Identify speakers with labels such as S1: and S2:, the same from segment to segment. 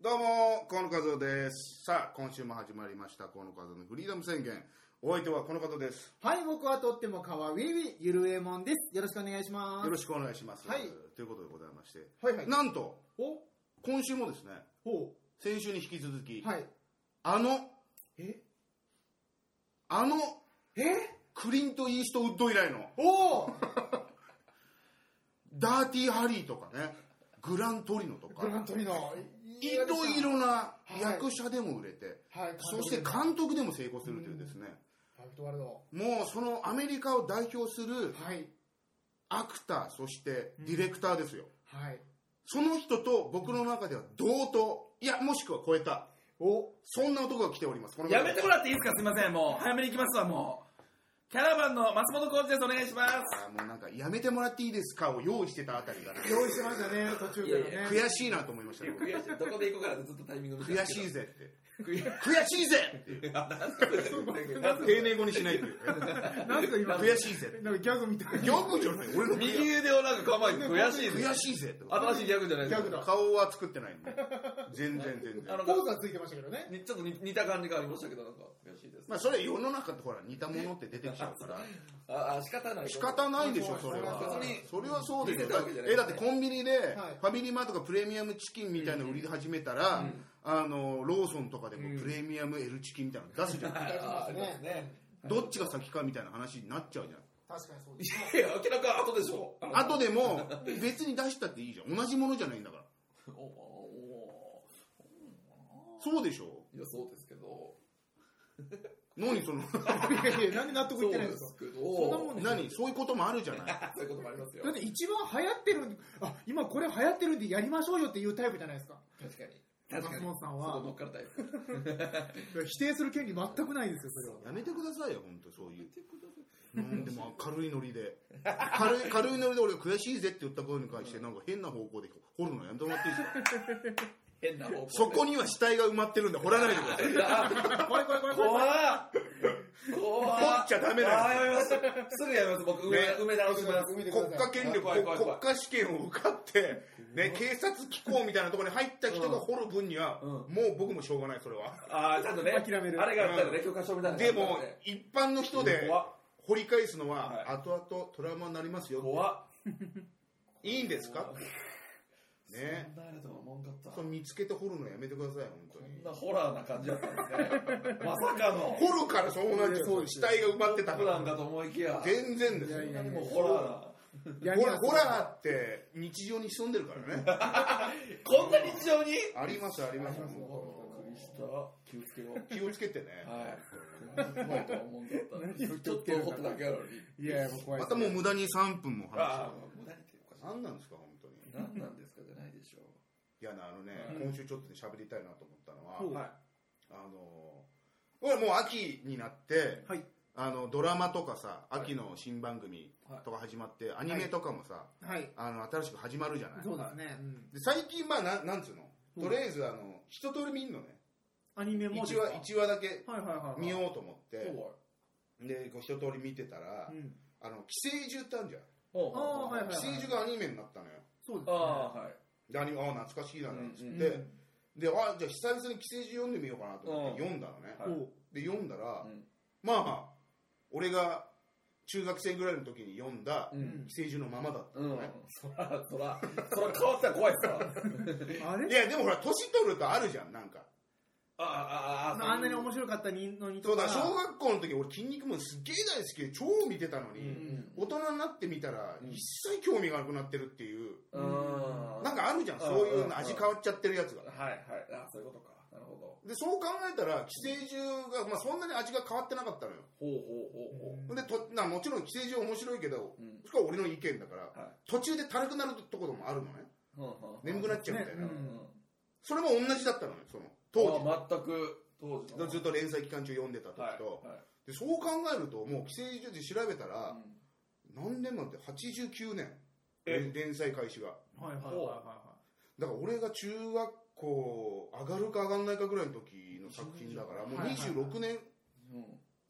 S1: どうも、河野和夫です。さあ、今週も始まりました、河野和夫のフリーダム宣言。お相手はこの方です。
S2: はい、僕はとっても可愛いゆるえもんです。よろしくお願いしま
S1: よろ
S2: す。
S1: しくお願いします。
S2: はい
S1: ということでございまして、
S2: はいはい
S1: なんと、
S2: お
S1: 今週もですね、
S2: ほ
S1: 先週に引き続き、
S2: う。はい。
S1: あの、
S2: え
S1: あの、
S2: え
S1: クリント・イーストウッド以来の、
S2: おお
S1: ダーティー・ハリーとかね、グラントリノとか
S2: グ、ラントリノ。
S1: いろい。ろな
S2: はい
S1: 役者でも売れて、
S2: はい。
S1: そして
S2: 監
S1: 監督でも成功するというですね、
S2: 督ラフトワールド。
S1: もうそのアメリカを代表する
S2: はい。
S1: アクター、そしてディレクターですよ。
S2: はい。
S1: その人と僕の中では同等、いや、もしくは超えた、
S2: お
S1: そんな男が来ております。この方
S3: やめてもらっていいですかすいません。もう、早めに行きますわ、もう。キャラバンの松本浩二です。お願いします。
S1: あもうなんか、やめてもらっていいですかを用意してたあたりがね、
S2: 用意してましたね、途中
S3: い
S2: か
S3: や
S2: ら
S3: い
S2: ね。
S1: 悔しいなと思いましたね。僕
S3: しい。どこで行こうかなずっとタイミング見
S1: 悔しいぜって。
S3: 悔しい。
S1: 悔しいぜっていう。丁寧語にしないというね。
S2: なんか 今、
S1: 悔しいぜ。
S2: なんかギャグみたいな。
S1: ギャグじゃない俺の 悔
S3: 右腕をなんか構えて、悔しいぜ。
S1: しいぜって。
S3: 新しいギャグじゃないです
S2: ギャグだ
S1: 顔は作ってないんで。全然全 然。
S3: あの、
S2: ポーズはついてましたけどね。
S3: にちょっと似似た感じがありましたけど、なんか、悔しいです。
S1: まあそれ世の中ってほら似たものって出てきちゃうから。
S3: あ、あ仕方ない。
S1: 仕方ないでしょそれは
S3: 別に
S1: それはそうですよ
S3: 見せたわけじゃない
S1: えだってコンビニで
S2: はい
S1: ファミリーマートとかプレミアムチキンみたいなの売り始めたら、 あのローソンとかでもプレミアム L チキンみたいなの出すじ ゃん、
S3: ああ
S2: あり
S3: り
S2: ま
S3: ますすね。
S1: どっちが先かみたいな話になっちゃうじゃん
S2: 確かにそうです。
S3: いやいや、明らか後でしょ。あの
S1: あとでも別に出したっていいじゃん同じものじゃないんだから
S3: おお
S1: そうでしょ
S3: いや、そうですけど。
S1: 何 その
S2: いやいや、なんで納得いってないんですか
S3: けど。
S2: そ んなもんね
S1: 何そういうこともあるじゃない
S3: そういうこともありますよ
S2: だっ。て一番流行ってる、あ、今これ流行ってるんでやりましょうよっていうタイプじゃないですか。
S3: 確かに。
S2: 松本さんは
S3: そこ乗っかるタイプ。
S2: 否定する権利全くないですよ、それは。
S1: やめてくださいよ本当そういううんでも軽いノリ で軽い軽いノリで俺が悔しいぜって言ったことに関してなんか変な方向で掘るのやめてもらっていいですか
S3: 変な方向で。
S1: そこには死体が埋まってるんで掘らないでください。
S2: 怖い怖い怖い怖い。
S3: 怖っ怖っ
S1: 掘っちゃダメな
S3: あーやめます。すぐやめます。僕、埋め
S1: ね
S3: 埋め直します。
S2: 国
S1: 国家権力、
S3: 怖い怖い怖い
S1: 国家試験を受かって、ね、警察機構みたいなところに入った人が掘る分には、
S3: うん
S1: もう僕もしょうがない、それは。
S3: ああ、ちゃんとね、
S2: 諦める
S3: あれがあったらね、許可証みたいなのがあ
S1: で
S3: った
S1: も
S3: らね。、
S1: 一般の人で
S3: 怖っ
S1: 掘り返すの
S3: はい
S1: は、後々トラウマになりますよ。
S3: 怖っ
S1: いいんですか
S3: そ
S1: ね。
S3: んなあれとは思わんかった。
S1: そう
S3: こ
S1: 見つけて掘るのやめてください、本当に
S3: ん。なホラーな感じだったんですね。まさかの、
S1: 掘るからそうなっちゃ
S2: そう
S1: う。
S2: です
S1: 死体が埋まってたか
S3: 普段
S1: ら。
S3: かと思いきや、
S1: 全然ですよ
S2: いやいや
S3: もうホラーな。
S1: ホラホラーって日常に潜んでるからね。
S3: こんな日常に
S1: ありますあります。
S3: びっくりした。気をつけよう。
S1: 気をつけてね。
S3: はい。怖いとは思わんかった。ちょっと怒っただけやのに。
S2: いやいや、もう怖い
S1: ま
S2: です
S1: たもう無駄に3分も話し
S3: ああ、無駄にっておかしい
S1: た。何なんですか、本当に。い
S3: 何なんですかじゃないでしょ
S1: やね、あのね、
S3: うん
S1: 今週ちょっとね、喋りたいなと思ったのは、
S2: ほう
S3: はい
S1: あのー、俺もう秋になって、
S2: はい。
S1: あの、ドラマとかさ、
S3: はい
S1: 秋の新番組とか始まって、アニメとかもさ、
S2: はい。
S1: あの、新しく始まるじゃない。
S2: そうですね。うん
S1: で最近、まあ、なんなんつうの、
S2: うん
S1: とりあえず、あの、一通り見んのね。
S2: アニメもです
S1: 1
S2: か。
S1: 話、一話だけ
S2: はいはいはいはい。
S1: 見ようと思っ
S3: う。
S1: て、
S3: は
S1: で、こう一通り見てたら、
S2: うん。
S1: あの、寄生獣ってあるじゃん。
S3: ほう
S2: ああはいはい
S1: 寄生獣がアニメになったのよ。
S2: そうですね。
S3: ああ、はい。
S1: でアニメああ、懐かしいだな、つって。
S3: うん
S2: うん
S1: で、あ、じゃあ久々に寄生獣読んでみようかなと思って
S3: うん
S1: 読んだのね。
S3: はい
S2: ほ
S1: で、読んだら、
S3: うん
S1: まあまあ、俺が中学生ぐらいの時に読んだ
S3: う。
S2: ううんん
S1: 寄生獣のままだった
S3: う
S1: の
S3: ん
S1: ね。。
S3: そら、そら、そら変わってたら怖いっすわ。
S2: あ
S1: い
S2: れ
S1: や、でもほら、年取るとあるじゃん、なんか。
S3: ああ、ああ、
S2: あんなに面白かったのに
S1: そ
S2: と
S1: うだ、
S2: か。
S1: 小学校の時俺、筋肉もんすっげえ大好きで、超見てたのに、
S3: うん
S1: 大人になってみたら、
S3: うん
S1: 一切興味がなくなってるっていう、
S3: うん。うん。
S1: なん
S3: か、
S1: かあるじゃん、
S3: うん
S1: そういう
S3: うん
S1: の味変わっちゃってるやつが。
S3: はいはい。ああ、そういうことか。なるほど。
S1: で、そう考えたら、寄生獣が、まあそんなに味が変わってなかったのよ。
S3: ほうほうほうほ
S2: うん
S1: でとなもちろん寄生獣面白いけど、
S3: う。うん。
S1: それは俺の意見だから、
S3: はい
S1: 途中でたるくなるところもあるのね
S3: ほうほう
S1: 眠くなっちゃうみたいな、
S2: ね
S3: うんうん。
S1: それも同じだったのねその当
S3: ああ全く、当時
S1: 時ずっ
S3: っ
S1: と連載期間中読んでた時と、
S3: はい。はい
S1: でそう考えるともう寄生獣で調べたら、
S3: うん
S1: 何年なんて89年
S3: え
S1: 連載開始が
S2: はいはいはいはいは
S1: だから俺が中学校上がるか上がんないかぐらいの時の作品だからもう
S2: はいはいはい
S1: 26年
S3: うん。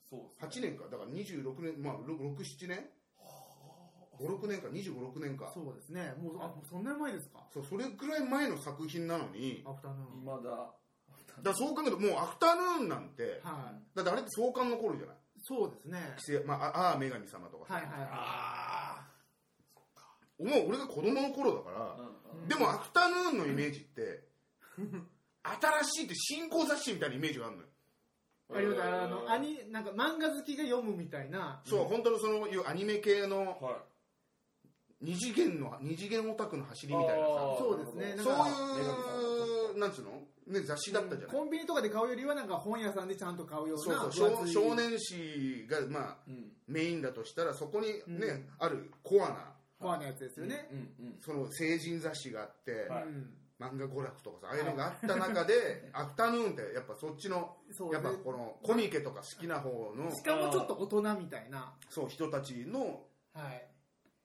S3: そうっすね
S1: 8年かだから26年まあ67年
S3: はあ
S1: 5、6年か、25、6年か。
S2: そうですね。もう、あ、もうそんな前ですか。
S1: そう、それくらい前の作品なのに、
S2: アフタヌーン。
S3: ま
S1: だ
S3: だ。
S1: からそう考えると、もうアフタヌーンなんて、
S2: はい。
S1: だってあれって創刊の頃じゃない
S2: そうですね。
S1: 規制、まあ、ああ、女神様とかさ。
S2: はいはいは
S3: あ
S1: もう俺が子供の頃だから
S3: あ。、
S1: でもアフタヌーンのイメージって、新しいって新興雑誌みたいなイメージがあるのよ。
S2: い。ありがとうございます。あの、ア
S3: ニ
S2: ニ、なんか漫画好きが読むみたいな。
S1: そう、本当のそのいうアニメ系の
S3: はい。
S1: 二次元の、二次元オタクの走りみたいなさ
S3: あ、ー
S2: そうですね
S3: なる
S1: そ
S3: ほ
S1: う
S3: ど
S1: いう、なんつうのね、雑誌だったじゃない。
S2: コンビニとかで買うよりは、なんか本屋さんでちゃんと買うよう
S1: そ
S2: な
S1: うそう、少少
S2: 分厚い。
S1: 年誌が、まあ、
S3: うん。
S1: メインだとしたら、そこにね、
S2: うん
S1: あるコアな、
S2: コアのやつですよね。
S3: うんうん。
S1: その成人雑誌があって、
S3: はい
S2: うん
S1: 漫画娯楽とかさ、ああいうのがあった中で、 アフタヌーンってやっぱそっちの、
S2: そう
S1: や
S2: で
S1: っ
S2: す
S1: ぱ
S2: ね。
S1: このコミケとか好きな方の、
S2: しかもちょっと大人みたいな。
S1: そう、人たちの
S2: はい。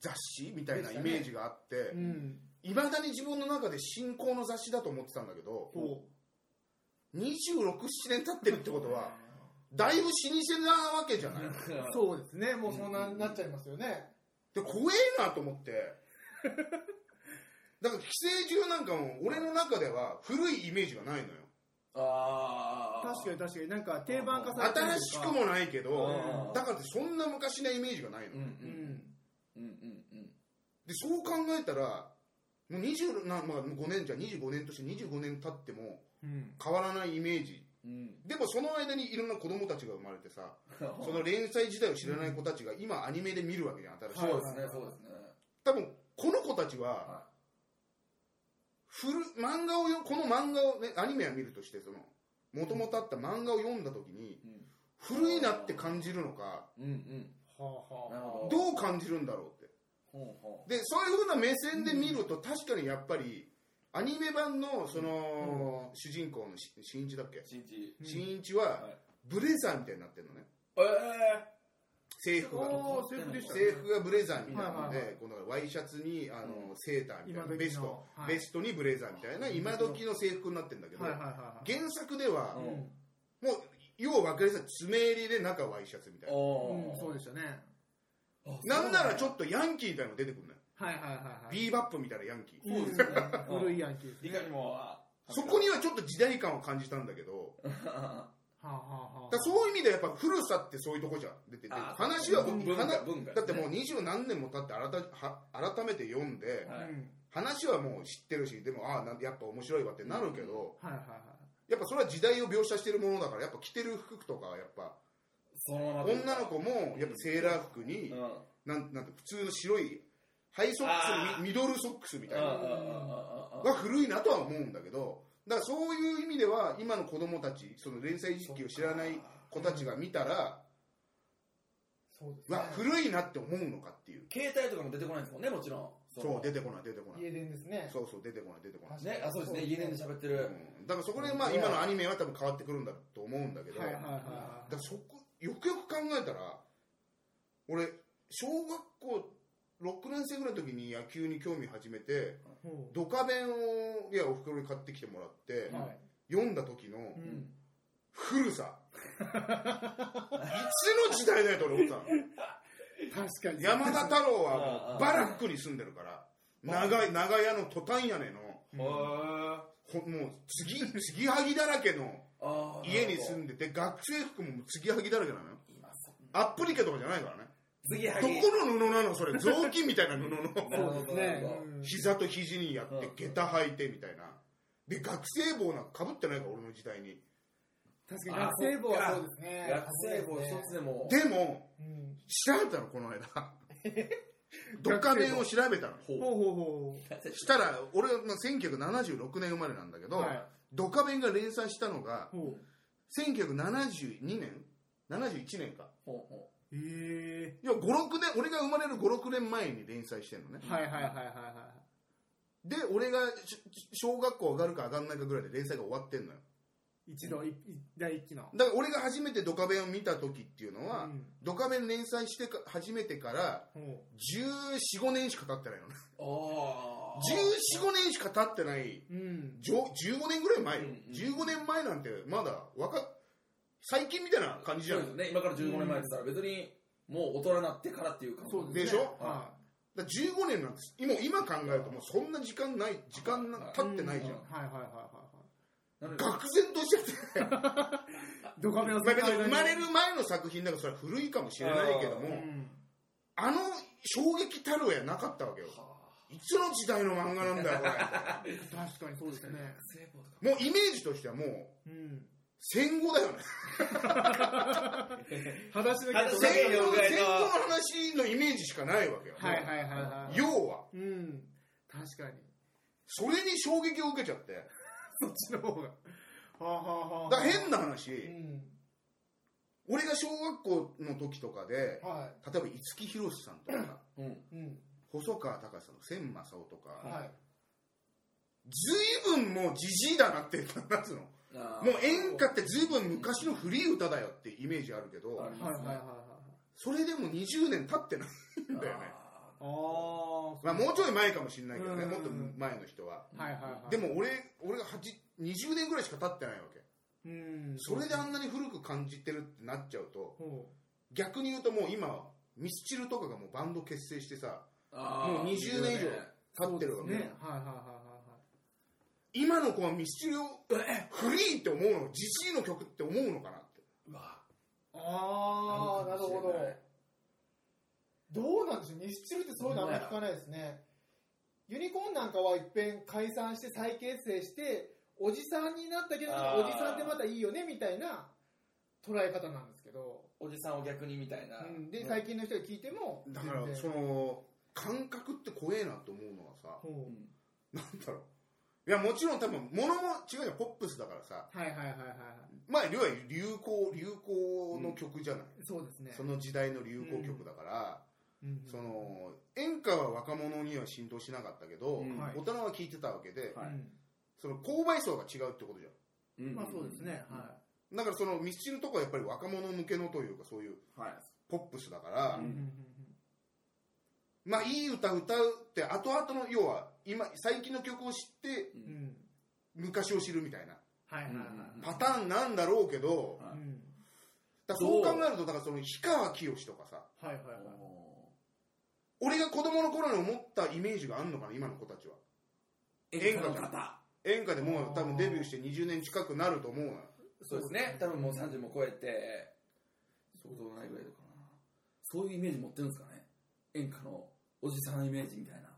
S1: 雑誌みたいなイメージがあって
S2: う、ん。
S1: いまだに自分の中で新興の雑誌だと思ってたんだけど、
S2: こ
S1: 26、7年経ってるってことは、だいぶ老舗なわけじゃない。
S2: う。そうですね。もうそんなになっちゃいますよね。
S1: で、怖えなと思 って。だから、寄生獣なんかも、俺の中では古いイメージがないのよ。
S3: ああ。
S2: 確かに確かに。なんか定番化されてる
S1: 新しくもないけ
S3: う
S1: ど
S3: ん、
S1: だからってそんな昔なイメージがないの。
S3: うん
S2: う
S3: う。
S2: んん。
S3: うんうんうん。
S1: で、そう考えたら、もう20な、まあ、5年じゃ、25年として25年経っても
S2: うん。
S1: 変わらないイメージ。
S3: うん。
S1: でもその間にいろんな子供たちが生まれてさ、そ
S3: そ
S1: の連載自体を知らない子たちが今アニメで見るわけじゃん、新しい。
S3: うですね、そうですね。
S1: 多分、この子たちは、
S3: は
S1: 古漫画をよこの漫画をねアニメは見るとしてその元々あった漫画を読んだ時に
S3: い。うん
S1: 古いなって感じるのか
S3: うん
S2: はあ
S3: うん。
S2: は
S3: な
S2: あ。
S3: るほど。
S1: どう感じるんだろうっ
S3: ほうほ
S1: てでそういうふうな目線で見ると確かにやっぱりアニメ版のその、主人公のし新一だっけ
S3: う。新一。
S2: うん
S1: 新一は
S3: はい
S1: ブレザーみたいになってるのね
S3: ええ。
S1: 制服が
S2: おー、セーフでしたね。
S1: 制服がブレザーみたいなので、
S2: はいはい
S1: このワイシャツにあの、セーターみたい
S2: 今
S1: なベ
S2: 時
S1: スト、
S2: の。はい
S1: ベストにブレザーみたいな今時の制服になってるんだけど、
S2: はいはいはい
S1: 原作では、
S2: はい。うん
S1: もう、よう分かりやすい。爪襟で中ワイシャツみたいな。
S3: お
S2: うん、
S3: お。
S2: そうでしたね。
S3: す
S1: なんならちょ
S3: っ
S1: っとヤンキーみたいなの出てくるのよ。
S2: はいはいはいはい。
S1: ビーバップみたいなヤンキー。
S2: いいですね。
S3: うん
S2: 古いヤンキーです
S3: い
S2: ね。
S3: かにも。
S1: そこにはちょっと時代感を感じたんだけど、
S2: はあはあはあ
S1: だからそういう意味ではやっぱ古さってそういうとこじゃん。出てて。
S3: あー
S1: 話は
S3: 文
S1: 僕、
S3: 文
S1: 話
S3: 化文化
S1: だってもう二十何年も経って改は改めて読んで、
S3: はい
S2: うん
S1: 話はもう知ってるし、でも、ああ、なんやっぱ面白いわってなるけど、
S2: はいはいはい。
S1: やっぱそれは時代を描写してるものだから、やっぱ着てる服とかはやっぱ、
S3: そのまま
S1: 女の子もやっぱセーラー服に
S3: うん、うん
S1: なんなんて普通の白いハイソック
S3: あ
S1: ス
S3: ー
S1: ミミドルソックスみたい
S3: うん
S1: な
S3: うんうんうん
S1: は古いなとは思うんだけどだからそういう意味では今の子供たちその連載時期を知らない子たちが見たら
S2: そうです
S1: うわ古いなって思うのかっていう
S3: 携帯とかも出てこないんですもんねもちろん
S1: そう出てこない出てこない
S2: 家電ですね。
S1: そうそう出てこない出てこない、
S3: ねあそうですね家電で喋ってる
S1: うんだからそこでまあ今のアニメは多分変わってくるんだと思うんだけど、
S2: はいはい
S1: だ
S2: は
S1: か
S2: いは
S1: らそこよくよく考えたら俺小学校6年生ぐらいの時に野球に興味始めて
S2: い。ほ
S1: ドカベンをいやおふくろに買ってきてもらって、
S2: うはい。
S1: 読んだ時の
S2: う。
S3: うんん
S1: 古さいつの時代だよと俺思ったの
S2: 確かに。
S1: 山田太郎
S3: あああ
S1: は
S3: あ
S1: バラックに住んでるから長い長屋のトタン屋根の
S3: へー
S1: ほもう継ぎ継ぎはぎだらけの
S3: あー
S1: 家に住
S3: なる
S1: んでて学生服も継ぎはぎだらけなのよ
S3: ほどいます
S1: アップリケとかじゃないからね
S3: 次は
S1: ど
S3: ぎ
S1: この布なのそれ雑巾みたいな布の
S3: なるほど
S2: そうですね。うん
S1: 膝と肘にやっ
S3: うん
S1: て下駄履いてみたいなで学生帽なんか被ってないから俺の時代に
S2: 確かに学生帽はそうですね。
S3: 学生帽一つでも
S1: でも
S2: うん。
S1: 調べたのこの間ドカベンを調べたの
S3: ほう
S2: ほうほうほ
S1: したら俺はまあ1976年生まれなんだけど、
S2: はい
S1: ドカベンが連載したのが
S2: う。ほう。
S1: 1972年71年か
S3: ほうほ
S2: へえ。
S1: いや56年俺が生まれる56年前に連載してんのね、
S2: はいはいはいはいは
S1: で俺がし小学校上がるか上がんないかぐらいで連載が終わってんのよ
S2: い。一度、いい第一期の。
S1: だから俺が初めてドカベンを見た時っていうのは、
S2: うん
S1: ドカベン連載してか始めてから
S2: ほ。
S1: 1415年しか経ってないのね
S3: うあ
S1: 1415年しか経ってないう
S2: うん。
S1: じょ15年ぐらい前よ、
S3: う
S1: 15
S3: ん
S1: 年前なんてまだ若っ最近みたいな感じじゃ
S3: そ
S1: ん
S3: うですね今から15年前って言ったら別にもう大人になってからっていう感じ
S2: そう
S1: でしょ
S2: は
S1: だから15年なんです今今考えるともうそんな時間ない時間な経ってないじゃん
S2: うはいはいはいはい
S3: なので
S1: 愕然としちゃって
S2: はい。ドカベを
S1: まあ別に生まれる前の作品だからそれは古いかもしれないけど
S2: う
S1: も
S2: ん。
S1: あの衝撃太郎やなかったわけよいつの時代の漫画なんだよこ
S2: 確かにそうですね。
S3: 聖母とか
S1: れもうイメージとしてはもう
S2: うん。
S1: 戦後だ よね 戦後戦後
S2: 裸足のゲート
S3: そう裸足そう
S1: の話のイメージしかないわけよ、
S2: はいはいはいはい。
S1: 要は
S2: うん。確かに。
S1: それに衝撃を受けちゃって
S2: そっちの方が。はあはあはあ。
S1: だから変な話、
S2: うん。
S1: 俺が小学校の時とかで
S2: は
S1: 例えば五木ひろしさんとか
S3: うん
S2: い。うん。
S1: 細川隆さんの千正夫とか、
S2: はい。
S1: 随分もうじじいだなっていうかなんつうの
S3: あ
S1: も
S3: ー
S1: う演歌って随分昔の古い歌だよってイメージあるけど
S3: あり
S2: はいはい
S3: ますね
S2: はいはい。
S1: それでも20年経ってないんだよね
S2: あ
S3: あ
S2: ー。
S1: まあ、もうちょい前かもしれないけどね
S2: うん
S1: もっと前の人は
S3: う
S2: はいはいはい。
S1: で、も俺俺が8 20年ぐらいしか経ってないわけ
S2: うん。
S1: それであんなに古く感じてるってなっちゃうと
S2: ほ
S1: 逆に言うともう今はミスチルとかがもうバンド結成してさ
S3: ーあー
S1: もう20年以上
S2: う。
S1: 経ってるわ
S2: そう
S1: け、
S2: ですね。はいはいはいはいはい。
S1: 今の子はミスチルをフリーって思うのジジイの曲って思うのかなって
S3: うわ
S2: ああ、な
S3: あ
S2: る
S3: るかも
S2: ほ
S3: しれない
S2: ど。どうなんでしょう、ミスチルってそういうのあんま聞かないですね。ユニコーンなんかはいっぺん解散して再結成して、おじさんになったけど、
S3: あー
S2: おじさんってまたいいよねみたいな捉え方なんですけど、
S3: おじさんを逆にみたいな、
S2: うん、で、
S3: うん
S2: 最近の人が聞いても、
S1: だから
S2: 全然
S1: その感覚って怖えなと思うのはさ
S2: ほう
S1: なんだろういやもちろん多分物も違うじゃんポップスだからさ
S2: はいはいはいはいはい。
S1: まあ要は流行流行の曲じゃない、
S2: そうですね。
S1: その時代の流行曲だから、
S2: うん
S1: その演歌は若者には浸透しなかったけど、
S3: うん
S2: はい
S1: 大人は聴いてたわけで、
S3: はい
S1: その購買層が違うってことじゃ
S3: うん
S2: うんまあそうですね。はい。
S1: んだからそのミスチルとかはやっぱり若者向けのというかそういう
S3: はい
S1: ポップスだから、
S3: うん
S1: まあいい歌歌うって後々の要は今最近の曲を知って
S3: う
S2: うんん。
S1: 昔を知るみたいな
S2: はいはいはい。
S1: パターンなんだろうけど、
S3: は
S2: うん
S1: だからそう考えるとだからその氷川きよしとかさ
S2: はいはいはい。
S3: お
S1: 俺が子供の頃に思ったイメージがあるのかな今の子たちは
S3: ー
S1: 演
S3: 演
S1: 歌の
S3: 歌の
S1: 方
S3: 方
S1: 演歌でもう多分デビューして20年近くなると思うのよ
S3: そうですね多分もう30も超えてそうでもないぐらいかなそういうイメージ持ってるんですかね演歌のおじさんのイメージみたいな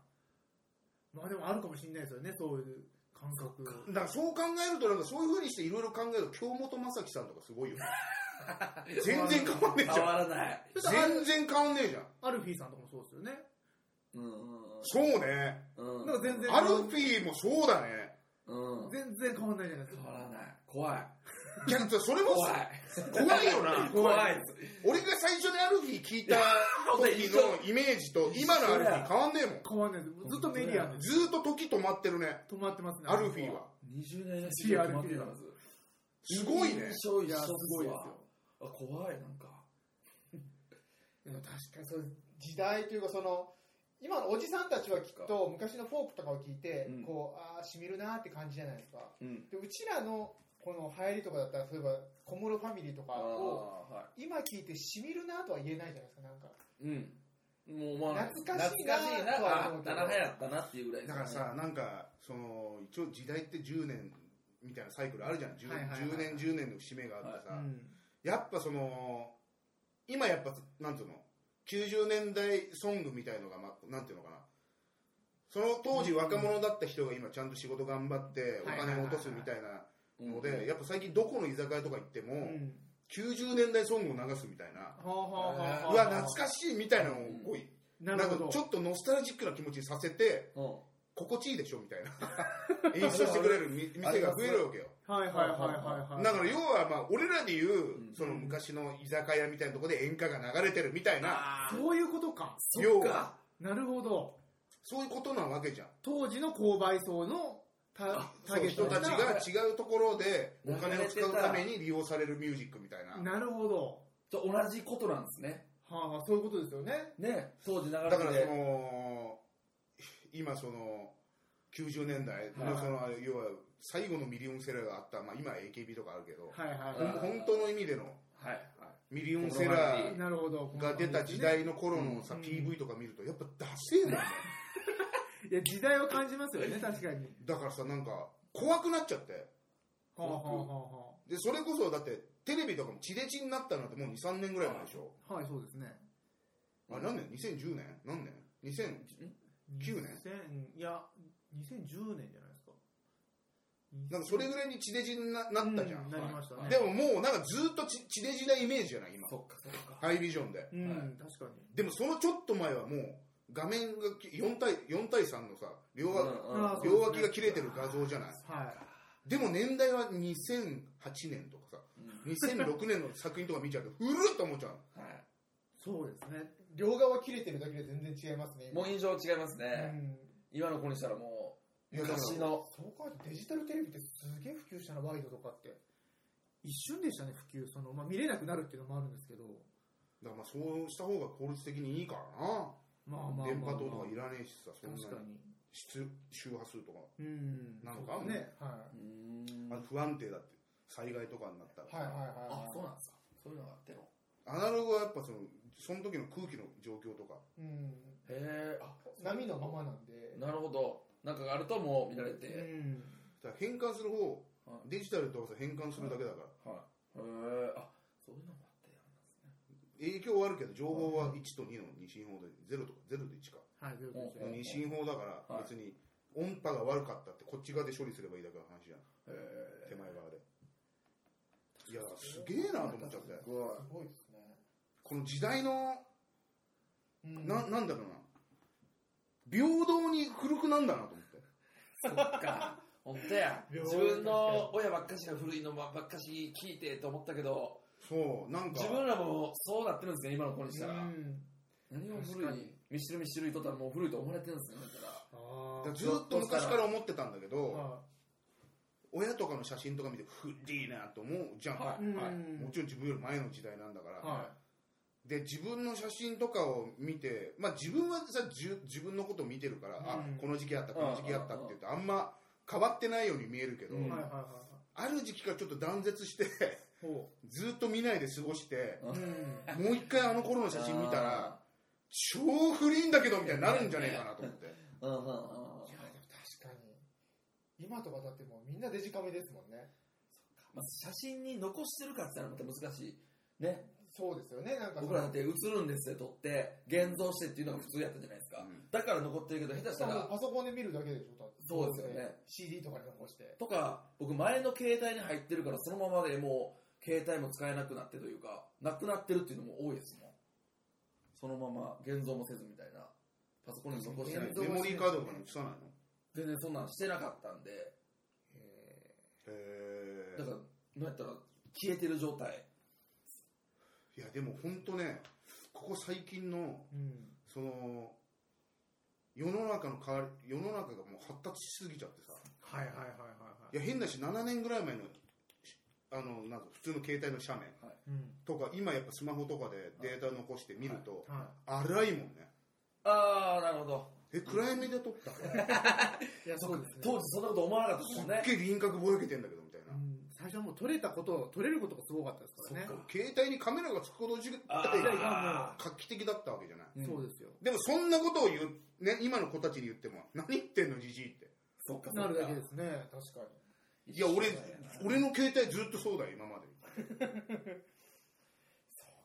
S2: まあでもあるかもしれないですよね、そういう感覚。
S1: だからそう考えるとなんかそういう風にしていろいろ考えると京本政樹さんとかす ごいよね全然変わんねえじ
S3: 変
S1: ゃん
S3: わらない
S1: 全然変わんねえじゃん
S2: アルフィーさんとかもそうですよね。
S3: うんうん
S1: そうね
S3: うんうん
S2: なんか全然
S1: アルフィーもそうだね
S3: うん
S2: 全然変わんないじゃないです
S3: 変
S2: か。
S3: わらない怖い
S1: 逆にそれも
S3: 怖い
S1: 怖いよな
S3: 怖い
S1: 俺が最初にアルフィー聞いた
S3: 本当に
S1: 時のイメージと今のアルフィー変わんねえもん
S2: 変わんないです。ずっとメディアで
S1: ずーっと時止まってるね
S2: 止まってますね。
S1: アルフィーは
S3: 20年
S2: シーアルフィー
S3: たはず
S1: すごいね
S3: 一緒
S2: い
S3: 一
S2: や、
S3: 緒
S2: すごいですよ。
S3: あ怖いなんか
S2: でも確かにそう時代というか、その、今のおじさんたちはきっと昔のフォークとかを聞いて、
S3: うん
S2: こう、ああ、しみるなーって感じじゃないですか。
S3: うん
S2: で、うちらのこの流行りとかだったら、例えば小室ファミリーとか
S3: あ
S2: を、
S3: あは
S2: 今聞いてしみるなーとは言えないじゃないですか、なんか。
S3: いうんもう思わない
S2: 懐かしいな
S3: 懐かしいな
S2: とは思うけど
S3: あ7やったなっていうぐらいで
S1: だ
S3: す
S1: か
S3: ね
S1: らさなんかその一応時代って10年みたいなサイクルあるじゃん 10,
S2: はいはいはいはい
S1: 年10年の節目があってさ、
S2: うん
S1: やっぱその今やっぱなんつうの90年代ソングみたいのが、ま、なんていうのかなその当時若者だった人が今ちゃんと仕事頑張ってお
S2: はいはいはい
S1: 金
S2: は
S1: を
S2: い
S1: 落とすみたいな
S3: うん
S1: のでやっぱ最近どこの居酒屋とか行って
S2: う
S1: も
S2: ん。
S1: 90年代ソングを流すみたいな
S2: はあはあはあはあ。
S1: うわ懐かしいみたいなのをこう
S2: な
S1: な
S2: る
S1: ん
S2: ほ
S1: か
S2: ど。
S1: ちょっとノスタルジックな気持ちにさせて
S3: うん
S1: 心地いいでしょみたいな演出してくれるみ店が増えるわけよ
S2: はいはいはいはいはい。
S1: だから要はまあ俺らで言う、
S3: ん
S1: その昔の居酒屋みたいなところで演歌が流れてるみたいな、
S3: あー
S2: そういうことか。
S1: 要
S3: そっ
S1: は
S3: か
S2: なるほど。
S1: そういうことなわけじゃん
S2: 当時の購買層の タタ
S1: そ
S2: ー
S1: うい
S2: ゲ
S1: う
S2: ット
S1: 人たち
S2: が
S1: が違うところでお金を使うため
S3: 流
S1: に利用されるミュージックみたいな
S2: なるほど。
S3: と同じことなんですね
S2: はあ、そういうことですよね。
S3: ね当時流れ
S1: だ
S3: て
S1: からその今その90年代のその、要は最後のミリオンセラーがあった、まあ、今 AKB とかあるけど、
S2: はいはい
S1: ほん
S2: は
S1: 本当の意味での
S3: はいはい
S1: ミリオンセラ
S3: う
S1: ー
S3: ん
S2: なるほど。
S1: が出た時代の頃のさ、
S2: うん
S1: PV とか見るとやっぱダセえな、
S2: いや、時代を感じますよね、確かに。
S1: だからさなんか怖くなっちゃって
S2: はあ、はあは
S1: でそれこそだってテレビとかも地デジになったのってもう23年ぐらい前でしょ、
S2: あはあ、はい、そうですね。
S1: あ何年2010年何年2000九年
S2: 2000いや、2010年じゃないですか。
S1: なんかそれぐらいに地デジにななったじゃん、
S2: うなりましたね。
S1: でももうなんかずっとち地デジなイメージじゃない今
S3: そっかそっか。
S1: ハイビジョンで
S2: うん、
S3: は
S2: 確かに。
S1: でもそのちょっと前はもう画面が4対 ,4 対3のさ両脇,、
S3: うんうん
S2: あー
S1: 両脇が切れてる画像じゃない
S2: はい。
S1: でも年代は2008年とかさ
S3: うん
S1: 2006年の作品とか見ちゃうとうるっと思っちゃう
S3: は
S2: そうですね。両側切れてるだけで全然違いますね。
S3: いもう印象違います
S2: う
S3: ね。
S2: ん、
S3: 今の子にしたらもう、
S1: いやだから
S3: 昔の。
S2: そう考えるとデジタルテレビってすげえ普及したな、ワイドとかって。一瞬でしたね、普及。その、まあ、見れなくなるっていうのもあるんですけど。
S1: だからまあそうした方が効率的にいいからな
S2: まあまあまあ、
S1: 電
S2: まあ。
S1: 波塔とかいらねえしさそんな
S2: 確かに。
S1: 出周波数とか
S2: うん。
S1: なのか
S2: そうですね。は
S3: うーん
S1: あれ不安定だって災害とかになったら、
S2: い。はいはいはいはい。
S3: あ、そうなんですか。そういうのがあっての。
S1: アナログはやっぱそのその時の空気の状況とか
S2: うん。
S3: へえ、あ、
S2: 波のままなんで。
S3: なるほど。なんかがあるともう見られ
S2: う
S3: て。
S2: ん。
S1: だから変換する方
S3: は
S1: デジタルとさ変換するだけだから、
S3: はい。へえ、あ、そういうのもあってやるんですね。
S1: 影響はあるけど情報は1と2の二進法で0とか0と1か
S2: はい、そうです
S3: う
S1: の
S3: ん
S2: ね。
S1: 二進法だから
S3: はい
S1: 別に音波が悪かったってこっち側で処理すればいいだけの話じゃん
S3: へえ。
S1: 手前側でいやすげえなと思っちゃって
S3: すごい
S2: すごいですね。
S1: この時代の
S2: うん
S1: ななんだろうな平等に古くなんだなと思って
S3: そっか。本当や。
S2: 病
S3: 自
S2: 院
S3: 分の親ばっかしが古いのばっかし聞いてと思ったけど、
S1: そうなんか
S3: 自分らもそうなってるんですね、今の子にしたら。
S2: うん
S3: 何を古
S2: 確
S3: い
S2: か
S3: に、見知る見知る言っとったらもう古いと思われてるんですよ、だから。
S2: あ
S1: だからずっと昔から思ってたんだけど、
S2: あ
S1: 親とかの写真とか見て古いなと思うじゃん、
S3: はい
S2: うん
S1: もちろん自分より前の時代なんだから、
S2: は
S1: で自分の写真とかを見て、まあ、自分はさじゅ自分のことを見てるから、あ
S2: うん
S1: この時期あったこの時期あったって言ってあんま変わってないように見えるけど、
S3: う
S2: は
S3: ん
S2: いはいはい
S1: ある時期からちょっと断絶して
S2: ほ
S1: ずっと見ないで過ごして
S2: う
S3: うん
S1: もう一回あの頃の写真見たら、超古いんだけどみたいになるんじゃないかなと思って
S3: うんうんうんうん。
S2: いやでも確かに今とかだってもうみんなデジカメですもんね
S3: まあ、写真に残してるかって言ったらまた難しい。ね。
S2: そうですよねなんかそ
S3: 僕
S2: の
S3: らだって映るんですよ、撮って、現像してっていうのが普通やったじゃないですか。
S1: うん
S3: だから残ってるけど、下手し
S2: しか
S3: た
S2: も
S3: ら、
S2: パソコンで見るだけでしょだって
S3: そうですよね
S2: CD とかに残して
S3: とか、僕前の携帯に入ってるから、そのままでもう、携帯も使えなくなってというか、なくなってるっていうのも多いですもん。そのまま、現像もせずみたいな。パソコンに残してない。
S1: メモリーカードとかに映さないの
S3: 全然そんなんしてなかったんで、
S1: へ
S3: だ
S1: ー
S3: から、なんやったら、消えてる状態。
S1: いやでも本当ねここ最近の
S2: うん
S1: その世の中の変わり世の中がもう発達しすぎちゃってさ
S2: はいはいはいはい
S1: いや変だし7年ぐらい前のしあのなんか普通の携帯の斜面
S2: うん
S1: とか今やっぱスマホとかでデータ残して見ると、
S2: は
S1: 荒いもんね
S3: あー、なるほど。
S1: え暗闇で撮ったす
S2: いいやそうですね
S3: 当時そんなこと思わなかったですも
S1: っ
S3: んね。
S1: げえ輪郭ぼやけてんだけどみたいな、
S2: うん最初はもう撮れたこと撮れることがすごかったですからね
S3: そっか
S1: 携帯にカメラがつくこと自体
S3: あ
S1: が
S3: あ
S1: 画期的だったわけじゃない、
S3: うん
S2: そうですよ
S1: でもそんなことを言う、ね、今の子たちに言っても何言ってんのじじいって
S3: そっか、。
S2: なるだけですすね確かに
S1: いや俺俺の携帯ずっとそうだよ今まで
S2: そう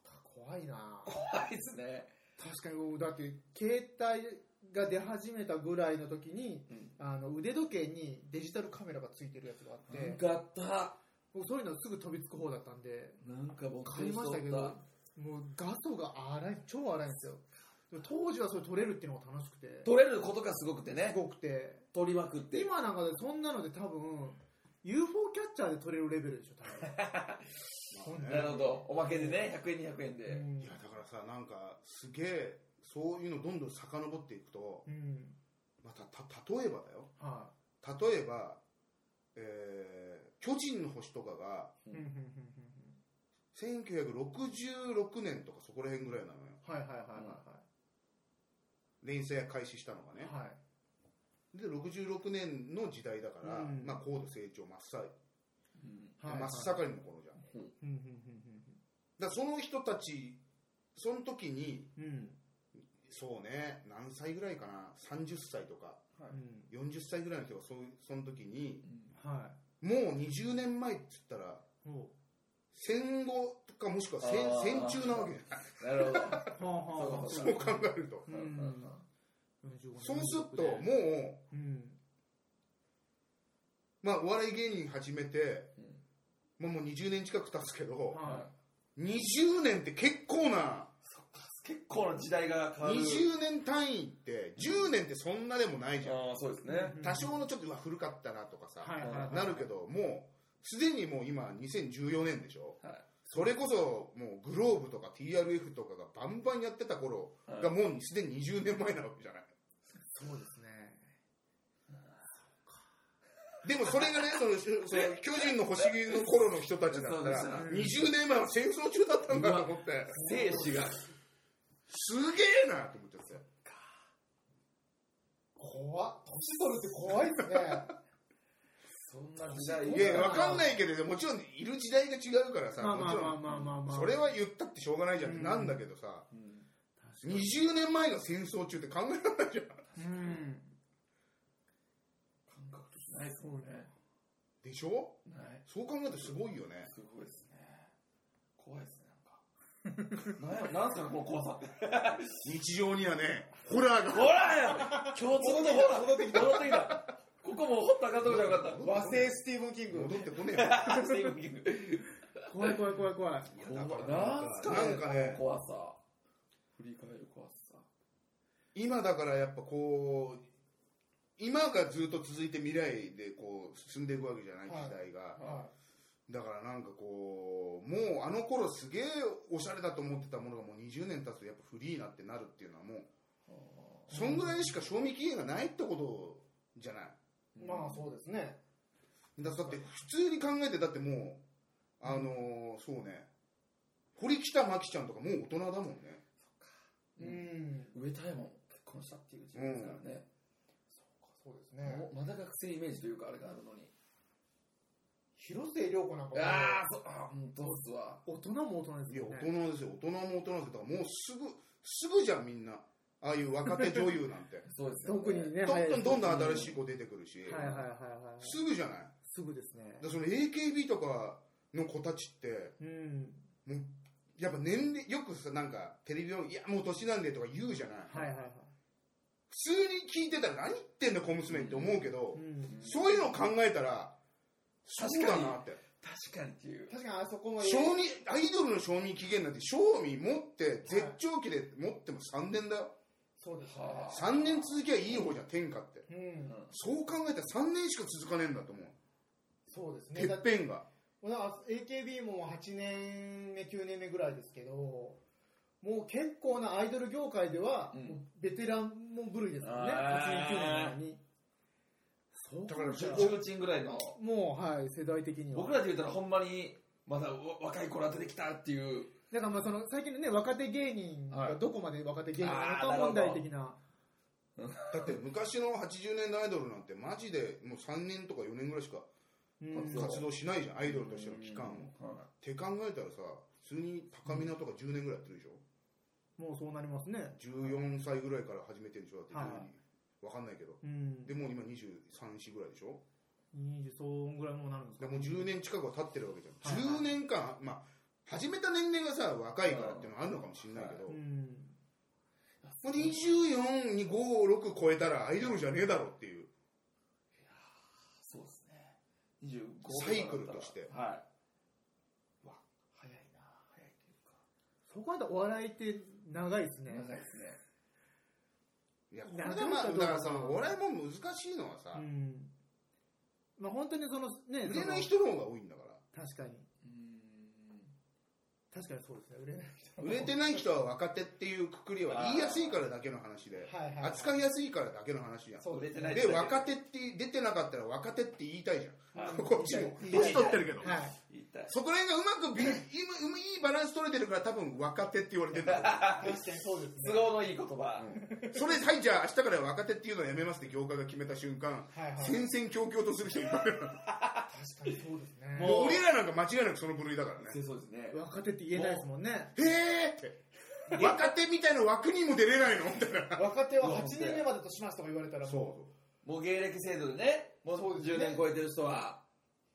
S2: か怖いな
S3: 怖いですね。
S2: 確かに僕だって携帯が出始めたぐらいの時に、
S3: うん
S2: あの腕時計にデジタルカメラがついてるやつがあって、
S3: よかった。
S2: 僕そういうのすぐ飛びつく方だったんで
S3: なんか僕、
S2: 買いましたけどもう画素が荒い超荒いんですよでも当時はそれ撮れるっていうのが楽しくて
S3: 撮れることがすごくて
S2: す
S3: ね。
S2: ごくて
S3: 撮りまくって。
S2: 今なんかでそんなので多分 UFO キャッチャーで撮れるレベルでしょ多分
S1: まあね
S3: なるほど。おまけでね、100円200円で。
S2: うん
S1: いやだからさなんかすげえそういうのどんどん遡っていくと
S2: うん
S1: またた例えばだよ
S2: は
S1: 例えば、えー巨人の星」とかが
S2: い、うんうんうんうん
S1: 1966年とかそこら辺ぐらいなのよ
S2: うんはいはいはいはい
S1: 連載開始したのがね
S2: はいはい
S1: で66年の時代だから、
S2: うん
S1: まあ、高度成長真っ最
S3: うん
S2: はい
S1: 真っ盛りの頃じゃん、
S2: うんうんうんうん
S1: だからその人たち、その時に、
S4: うん。
S1: そうね、何歳ぐらいかな、30歳とか、
S3: は
S4: う
S3: い
S4: ん。
S1: 40歳ぐらいの人がそうその時に、
S4: は
S1: もう20年前って言ったら、
S4: い。おう
S1: 戦後とかもしくは戦
S3: あー
S1: 戦中なわけじゃ
S3: なるほど。
S4: はあはあはあ。
S1: んそう考えると。
S3: う
S4: う
S3: んん
S1: そうすると、もう、
S4: うん。
S1: まあ、お笑い芸人始めて、もうもう20年近く経つけど、
S4: は
S1: 20年って結構な、
S3: 結構な時代が変わる。
S1: 20年単位って、10年ってそんなでもないじゃん。
S3: ああ、そうですね。
S4: うん
S1: 多少のちょっと、うわ、古かったなとかさ、
S4: い。はいはいはい。
S1: なるけど、もう、すでにもう今、2014年でしょ。
S3: はい
S1: それこそ、もう、グローブとか TRF とかがバンバンやってた頃
S3: はい
S1: が、もうすでに20年前なわけじゃない。
S4: そうですね。
S1: でもそれがね、その、その巨人の星の頃の人たちだったら
S3: そう、
S4: です
S1: 20年前は戦争中だったんだと思って、
S3: 生死が。
S1: すげえなって思っちゃって。
S2: 怖っ。年取るって怖いですね。
S3: そんな時代
S1: いや、わかんないけれど、もちろんいる時代が違うからさ、
S4: まあ
S1: も
S4: まあ
S1: ち
S4: ま
S1: ろ
S4: あまあまあまあ。
S1: ん、それは言ったってしょうがないじゃん、
S4: うん
S1: なんだけどさ、
S3: うん
S4: 確かに。
S1: 20年前の戦争中って考えられないじゃん。
S4: うん。
S3: 感覚としてないですもんね。
S1: でしょ
S3: ない。
S1: そう考えるとすごいよね。
S3: すごいですね。怖いですね、なんか。なんや、なんすかね、この怖さって。
S1: 日常にはね、ホラー
S3: ほ
S1: が。
S3: らや共通のほら戻ってきた。戻ってきた。ここもう掘ったかとこじゃなかった。
S2: 和製スティーブン・キング。
S1: 戻ってこねえよ。 だ
S3: スティーブンキング
S4: 怖い怖い怖い怖い。
S1: から
S3: なんすかね
S1: なんかね、
S3: 怖さ。振り返る怖さ。
S1: 今だからやっぱこう、今がずっと続いて未来でこう進んでいくわけじゃない時代が、
S2: は
S1: だからなんかこうもうあの頃すげえおしゃれだと思ってたものがもう20年経つとやっぱフリーになってなるっていうのはもうそんぐらいしか賞味期限がないってことじゃない
S2: い。まあそうですね。
S1: だだって普通に考えてだってもうあのーそうね堀北真希ちゃんとかもう大人だもんね
S2: う
S3: うん
S2: ん。
S3: 植えたいもん結婚したっていう時期ですからね、
S2: そうですね。
S3: もうまだ学生イメージというかあれがあるのに
S2: 広末涼子なんかも
S3: ああそうあーうんどうっすわ
S4: 大人も大人です
S1: いや
S4: よね。
S1: 大人ですよ大人も大人ですよだからもうすぐすぐじゃんみんなああいう若手女優なん て
S3: そうですよね
S4: 特にね、
S1: どんどんどんどん新
S4: い
S1: しい子出てくるし、
S4: はいはいはいはい。
S1: すぐじゃない
S4: すぐですね
S1: だか。らその AKB とかの子たちって
S4: うん。
S1: やっぱ年齢よくさなんかテレビの「いやもう年なんで」とか言うじゃない、
S4: はいはいはい。
S1: 普通に聞いてたら何言ってんだ小娘って思うけど、
S4: うん。
S1: そういうのを考えたらそうだなって
S3: 確かにっていう
S2: 確かにあそこの
S1: 賞味アイドルの賞味期限なんて賞味持って絶頂期で持っても3年だよ
S2: そうですね。
S3: はあ
S1: 3年続きゃいい方じゃん天下って
S2: うん。
S1: そう考えたら3年しか続かねえんだと思う、
S2: そうです
S1: て
S2: ね。だ
S1: っぺんが
S2: だから AKB も8年目、9年目ぐらいですけど、もう結構なアイドル業界では、
S3: うん
S2: もうベテランも部類ですからね、8年、9年前
S3: あー
S2: に。
S4: そう
S1: だから
S4: じゃあ
S3: 中チンぐらいの
S2: もう、はい、世代的には
S3: 僕。らで言ったらほんまにまだわ若い子ら出てきたっていう
S2: だからまあその最近のね、若手芸人がどこまで若手芸人なのか
S3: あーなる
S2: 問
S3: ほど
S2: 題的な。
S1: だって昔の80年代アイドルなんてマジでもう3年とか4年ぐらいしか
S2: うん
S3: そう
S1: 活動しないじゃんアイドルとしての期間を、
S3: うんは
S1: って考えたらさ普通に高見なとか10年ぐらいやってるでしょ
S2: もうそうなりますね。
S1: 14歳ぐらいから始めてるでしょだって
S2: はい
S1: 12わかんないけど
S2: うん。
S1: でもう今23歳ぐらいでしょ
S2: 20、そうぐらいもうなるんです
S1: で
S2: か
S1: もう10年近くは経ってるわけじゃん、
S2: はいはい
S1: 10年間まあ始めた年齢がさ若いからっていうのはあるのかもしれないけど、
S2: うん。
S1: もう24に56超えたらアイドルじゃねえだろっていう
S3: そうですね25
S1: サイクルとして
S3: はいわ早いな早いと
S2: そう考えたらお笑いって長いですね
S3: いう。か長いですね
S1: いやこ
S2: い
S1: れ
S2: や
S1: がまあだ
S2: どうかどうか
S1: からその俺も難しいのはさ、
S2: うん。まあ本当にそのね、
S1: 売れない
S2: そ
S1: 人の方が多いんだから
S2: の確かに。
S3: うん
S2: 確かにそうですね、売れない人。
S1: 売れてない人は若手っていうくくりは言いやすいからだけの話で
S2: はいはい。
S1: 扱いやすいからだけの話じゃん
S2: そうですね
S3: 売れて
S1: で若手って出てなかったら若手って言いたいじゃ
S3: はい
S1: んこっちも
S2: 言いたい
S1: 年取ってるけど
S2: はい。
S3: 言いたい
S1: そこら辺がうまくび今今いいバランス取れてるから多分若手って言われてるんだ
S2: 確かにそうです
S3: 都
S2: ね。
S3: 合のいい言
S1: と
S3: 葉、
S1: 思うそれはいじゃあ明日から若手っていうのはやめますって業界が決めた瞬間
S2: はいはい。確
S1: 戦々恐々とする人いっぱいいる
S2: かかにそうですね。
S1: で
S3: もう
S1: 俺らなんか間違いなくその部類だからね。
S3: そうですね。
S2: 若手って言えないですもんね。
S1: へーって。若手みたいな枠にも出れないのみたいな。
S2: 若手は8年目までとしますとか言われたらも
S1: う。
S3: もう芸歴制度でね、もう
S2: そうですね
S3: 10年超えてる人は、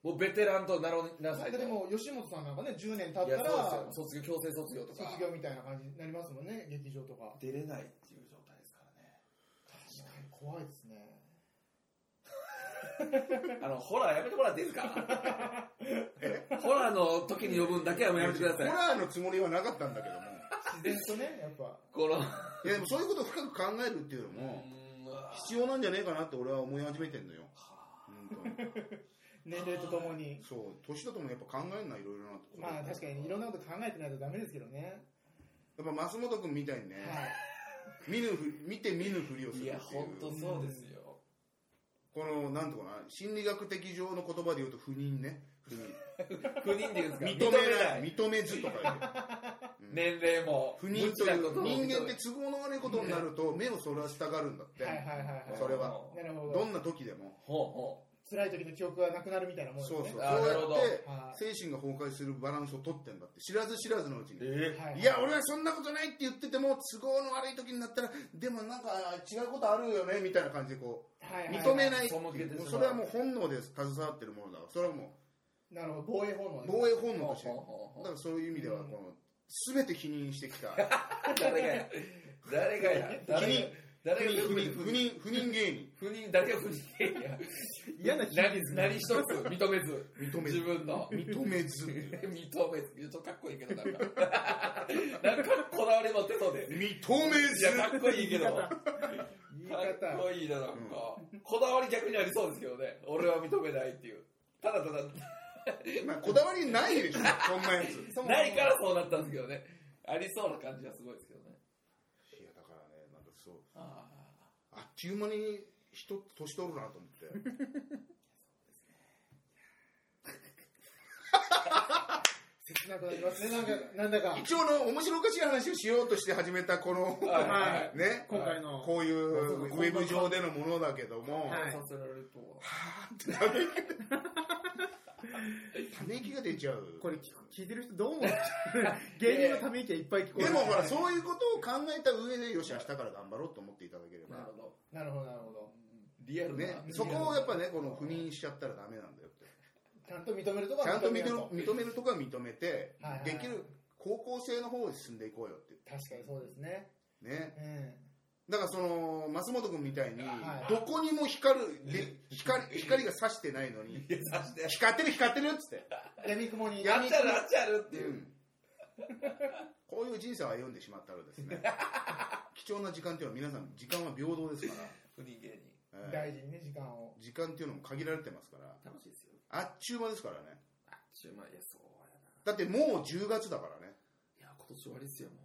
S3: もうベテランとなろう
S2: う。
S3: な
S2: だっ
S3: さい
S2: てで
S3: と。
S2: も、吉本さんなんかね、10年経っ
S3: い
S2: た
S3: や、そうで
S2: ら
S3: すよ。、卒業、強制卒業とか。
S2: 卒業みたいな感じになりますもんね、劇場とか。
S3: 出れないっていう状態ですから
S2: 確かに怖いですね。
S3: ね。あの、ホラーやめてもらっていいで すかホラーの時に呼ぶんだけはもうやめてください
S1: ホ。ラーのつもりはなかったんだけども。
S2: 自然とね、やっぱ。
S3: この、
S1: いやでもそういうことを深く考えるっていうのも、必要なんじゃねえかなって俺は思い始めてんのよ。本当に
S2: 年齢とともに。
S1: そう、年だともやっぱ考えんない、いろいろなとこ
S2: まあ確かにいろんなこと考えてないとダメですけどね。
S1: やっぱ松本君みたいにね、
S2: はい。
S1: 見ぬふ見て見ぬふりをするっていう。
S3: いや、ほんとそうですよ。
S1: この、なんとかな、心理学的上の言葉で言うと不妊ね。不妊。
S3: 不妊でいうんですか
S1: 認めない、認めずとか言う。うん
S3: 年齢も、
S1: 不妊と
S3: 無知
S1: い
S3: なこ
S1: う、
S3: を認め
S1: 人間って都合の悪いことになると目をそらしたがるんだって。
S2: はいはいはいはい。
S1: それは
S2: なるほ
S1: ど
S2: ど。
S1: んな時でも。
S3: ほうほ
S2: 辛い時の記憶がなくなるみたいなもんです
S1: そう
S2: ね。
S1: そう。そう
S3: あーなるほど
S1: やって、
S2: はい。
S1: 精神が崩壊するバランスを取ってんだって。知らず知らずのうちに
S3: う。。え
S2: はい
S1: や、俺はそんなことないって言ってても、都合の悪い時になったら、でもなんか違うことあるよね、みたいな感じでこう、認め
S2: い。
S1: ないっていう
S3: 背けてしまう
S1: もうそれはもう本能で携わってるものだから、それはも
S2: なるほど、防衛本能
S1: う
S2: です
S1: 防衛本
S3: ほ
S1: 能
S3: う
S1: として
S3: ほう
S1: る。
S3: ほ
S1: だ
S3: うほ
S1: か
S3: う
S1: らそういう意味では、この、すべて否認してきた。
S3: 誰がや、誰がや、
S1: 不
S3: 誰が
S1: 妊、不
S3: 誰が不
S1: 妊、
S3: 妊、
S1: 不
S3: 不妊、
S1: 妊、不妊芸
S3: 不妊、誰が不妊や。
S2: 嫌な響き
S3: 何
S2: ですね
S3: 何一つ認めず、
S1: 人。認め
S3: 自
S1: ず。
S3: 分の。
S1: 認めず。
S3: 認めず、言うとかっこいいけど、なんか。なんかこだわり持ってそうで。
S1: 認め
S3: いや、
S1: ず。
S3: かっこいいけど。か
S2: 言い
S3: っ
S2: 方。
S3: こいいな、なんか。こだわり逆にありそうですけどね。俺は認めないっていう。ただただ、
S1: まあ、こだわりないでしょ、そんなやつ。
S2: そもそも
S3: ないからそうなったんですけどね。ありそうな感じはすごいですけどね。
S1: いや、だからね、なんかそう、
S3: ああ。
S1: あっちゅう間に人、年取るなと思って。
S2: 切なくなりますね。なんか、なんだか。
S1: 一応の面白おかしい話をしようとして始めたこの、
S3: はい
S4: は
S1: ね、
S4: 今回の、
S1: こういう
S3: は
S1: ウ
S3: い
S1: ェブ上でのものだけども、
S4: はい
S3: させられるとは。
S1: ため息が出ちゃう。
S4: これ聞く聞いてる人どう思う 芸人のため息はいっぱい聞こえ
S1: で
S4: る。
S1: もほら、そういうことを考えた上で、よし、明日から頑張ろうと思っていただけれ
S3: な
S1: ば、
S3: るほど。
S2: なるほど、なるほど。
S3: リアル
S1: ね。、
S3: な
S1: そこをやっぱね、この不妊しちゃったらダメなんだよって。
S2: ちゃんと認めるとこ
S1: ちゃんと認め
S2: る
S1: る認めるとこは認めて
S2: はいはい、
S1: できる高校生の方へ進んでいこうよって。
S2: 確かにそうですね。
S1: ね。
S2: うん。
S1: だからその、松本君みたいに
S2: は、い
S1: どこにも光る、で光、光が差してないのに、
S3: いや、さして。
S1: 光ってる光ってるっつって。
S2: 闇雲に。
S3: やっちゃる、やっちゃるっていうう。
S1: ん、こういう人生を歩んでしまったらですね貴重な時間っていうのは皆さん時間は平等ですから、
S3: 不人芸
S1: え
S3: 人。
S1: ー
S2: 大事にね、時間を。
S1: 時間っていうのも限られてますから
S3: 楽しいですよ。
S1: あっちゅう間ですからね
S3: 週末、いや、そうやな。
S1: だってもう10月だからね
S3: いや、今年終わりですよ、も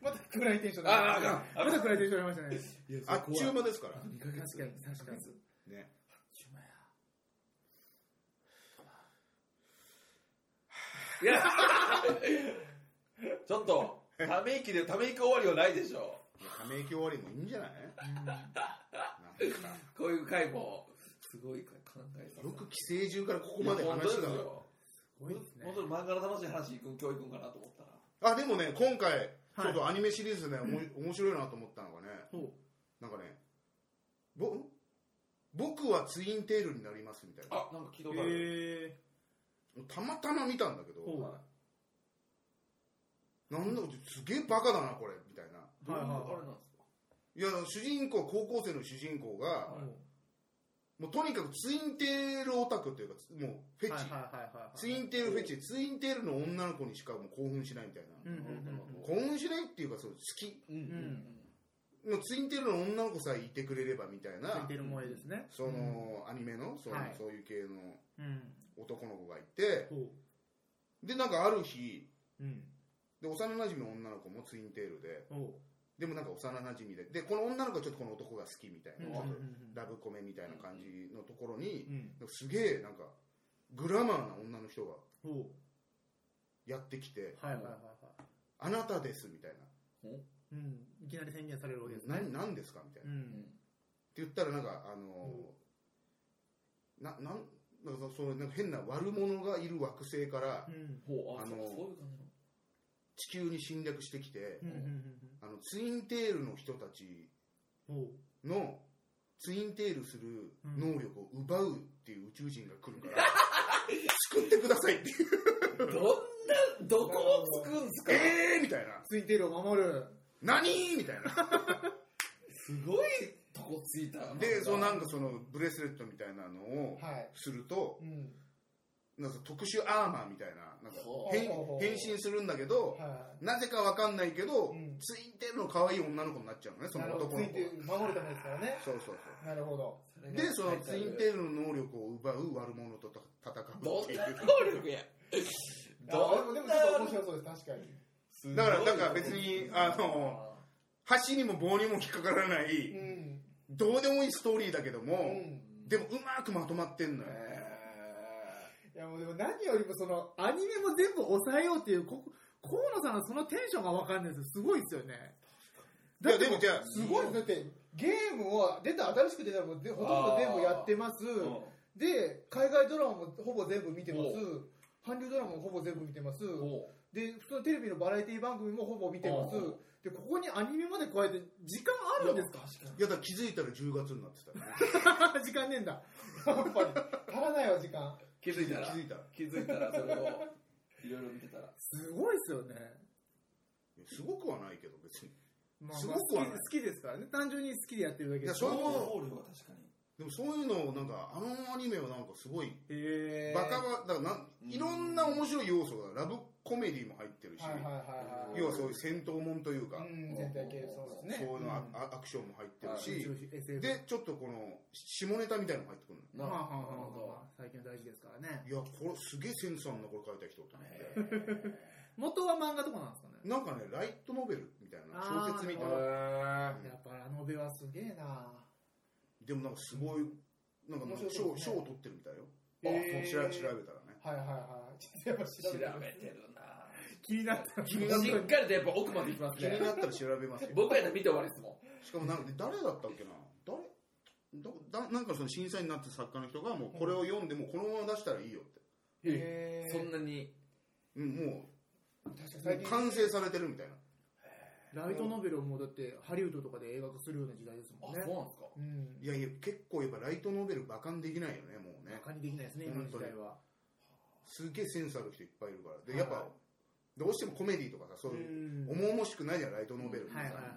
S2: また暗いテンション
S3: う。ああ、あかん。
S4: あなたくらいでしょ、ありましたね。
S3: いや、
S1: あっちゅう
S3: ま。
S1: 間ですから
S3: あと2ヶ月。
S4: 確かに確かに
S3: に。
S1: ね
S3: 週末や。 いや、ちょっと、ため息で、ため息終わりはないでしょ。
S1: いやため息終わりもいいんじゃないなんか
S3: こういう回も、すごい考えさせ
S1: よく寄生獣からここまで
S3: いや本
S1: 話
S3: 当
S1: し
S3: で
S1: た
S3: す
S1: な
S3: よ。
S4: すごいですね
S3: 本。当に漫画の楽しい話行く教育かなと思ったら。
S1: あでもね今回ちょっとアニメシリーズね、おも面白いなと思ったのがね
S4: ほ
S1: なんかねぼ僕はツインテールになりますみたいな
S3: あ、なんか聞いたことある。
S4: え
S1: たまたま見たんだけど、
S4: ほう
S3: は。
S1: なんだこれすげえバカだなこれみたいない
S3: どういう
S4: はいはい
S3: あれなんですか
S1: いや主人公高校生の主人公が
S4: ー。
S1: もうとにかくツインテールオタクというかつもうフェチ、
S4: はいはいはいはい。
S1: ツインテールフェチツインテールの女の子にしかもう興奮しないみたいな、
S4: うんうんうん
S1: 興奮しないっていうかそう好き
S3: うんうん
S1: もうツインテールの女の子さえいてくれればみたい
S4: うん。
S1: な
S4: 似てる萌えですね。
S1: その、アニメのそう,、
S4: はい
S1: そういう系の
S4: うん。
S1: 男の子がいて
S4: ほ
S1: でなんかある日
S4: う。うん。
S1: で幼馴染の女の子もツインテールで
S4: ほ。
S1: でもなんか幼馴染ででこの女の子はちょっとこの男が好きみたいうな、
S4: うん
S1: ちょ
S4: う
S1: っ
S4: ん
S1: とラブコメみたいな感じのところに
S4: う、ん。
S1: すげえなんかグラマーな女の人が
S4: ほ
S1: やってきて
S4: う。はいはいはいはい。
S1: 「あなたです」みたい
S4: うん。いきなり宣言されるわけです
S1: な「
S4: ね。
S1: 何何ですか?」みたいうな、って
S4: ん。
S1: 言ったらなんかあのーななんなんかそのなんか変な悪者がいる惑星から
S2: うん
S3: ほう、あ、
S1: あの
S3: そうそういう感じの。
S1: 地球に侵略してきて、
S2: うんうん
S1: あのツインテールの人たち
S2: うんうんおう
S1: のツインテールする能力を奪うっていう宇宙人が来るから、 救ってくださいっていう
S3: どんな、どこをつくん すか
S1: えーみたいな
S2: ツインテールを守る
S1: 何みたい な
S3: すごいとこついたな。
S1: でそうなんかそのブレスレットみたいなのを
S2: はい
S1: すると
S2: うん
S1: なんか特殊アーマーみたいななんか
S3: ほ
S1: 変
S2: ほう
S1: 変身するんだけど
S2: は
S1: なぜかわかんないけど、
S2: うん
S1: ツインテールの可愛い女の子になっちゃうのね
S2: い
S1: そ
S2: な
S1: の
S2: るほど
S1: 男
S2: ツイ
S1: の子
S2: ンテール守るためですからね
S1: そうそうそう
S2: なるほど
S3: れが
S1: で、その
S3: 書いてあ
S1: ツ
S3: る
S1: インテールの能力を奪う悪者とた戦うっ
S3: ど
S1: て
S3: ん
S1: い
S3: な
S1: う。
S3: 能力や。
S2: あでもでもちょっと面
S3: い。
S2: 白そうです確かに
S1: だからだから別にあの、箸にも棒にも引っかからな
S2: う
S1: い、
S2: ん
S1: どうでもいいストーリーだけど
S2: う
S1: も、
S2: ん
S1: でもうまくまとまってんのよ。
S2: いやもうでも何よりもその
S4: アニメも全部抑えようっていう、こ河野さんのそのテンションがわかんないですすごいですよね。
S1: いや、でもじゃあ、
S2: すごいですだってゲームは出た新しく出たのもでほとんど全部やってますで海外ドラマもほぼ全部見てます韓流ドラマもほぼ全部見てますで普通のテレビのバラエティ番組もほぼ見てます
S3: おう
S2: でここにアニメまで加えて時間あ
S3: あ
S2: るん
S3: る
S2: で
S3: んですすか確
S1: い
S3: か
S1: やだから気づいたら10月になってたよね。
S2: か時間ねえんだやっぱり足らないわ時間
S3: 気づいたら
S1: 気づいたら。
S3: 気づいたらそれをいろいろ見てたら
S4: すごいですよね。
S1: いやすごくはないけど、別に。
S4: ま
S1: すごくはない
S4: 好き好きですからね。単純に好きでやってるだけ
S1: いや
S4: です。
S1: それも
S3: オールは確かに
S1: でもそういうのを、なんか、あのアニメはなんかすごい、
S4: へー
S1: バカバ、だからなん
S3: うん
S1: いろんな面白い要素が、ラブコメディも入ってるし、
S2: はいはいはいはい
S1: 要はそういう戦闘もんというか、
S2: うん全体系そうですね
S1: そういうのア,、アクションも入ってる
S3: は
S1: し、
S4: SF
S1: で、ちょっとこの、下ネタみたいなのも入ってくる
S4: ま
S3: な
S4: あまあ
S3: る
S4: まあまあまあ最近は大事ですからね。
S1: の。いや、これすげえセンスあんな、これ書いた人と思って。
S3: ほど
S4: 元は漫画とかなんですかね。
S1: なんかね、ライトノベルみたいな、
S4: あ
S1: 小
S4: ー
S1: 説みたい
S4: な
S1: な。
S3: へ
S4: やっぱあの部はすげえな。
S1: でもなんかすごい、なんか
S2: 面白そう
S1: 賞、賞
S2: ですね
S1: を取ってるみたいよ。
S2: へ
S1: あ
S2: ー
S1: そう調べ調べたらね。
S2: はいはいはいちょっとやっぱ
S3: え
S2: 調
S3: 調
S2: べ
S3: べ
S2: て
S3: て
S2: み
S3: る
S2: ます
S3: な
S4: 気になった。
S1: 気になっ
S3: しっかりとやっぱ奥まで行きます
S1: 気に
S3: ね
S1: なったら調べますよ。
S3: 僕やったら見て終わりですもん
S1: しかもなんか、誰だったっけな誰どだなんかその震災になった作家の人がもうこれを読んでもうこのまま出したらいいよって、
S2: へー
S3: そんなに
S1: うん、も
S2: 確かに
S1: うもう
S2: 最近
S1: 完成されてるみたいな
S4: ライトノベルをもうだってハリウッドとかで映画化するような時代です
S3: あ
S4: もん
S3: そうな
S4: ね
S3: ん。で
S2: う
S3: すか
S2: ん
S1: いやいや結構やっぱライトノベル馬鹿にできないよねもうね
S4: バカにできないですね、今の時代は。
S1: すげえセンスある人いっぱいいるから
S4: はい
S1: でやっぱどうしてもコメディとかさそう
S4: う
S1: いうん重々しくないじゃんライトノベルってさ
S4: はいはいはいは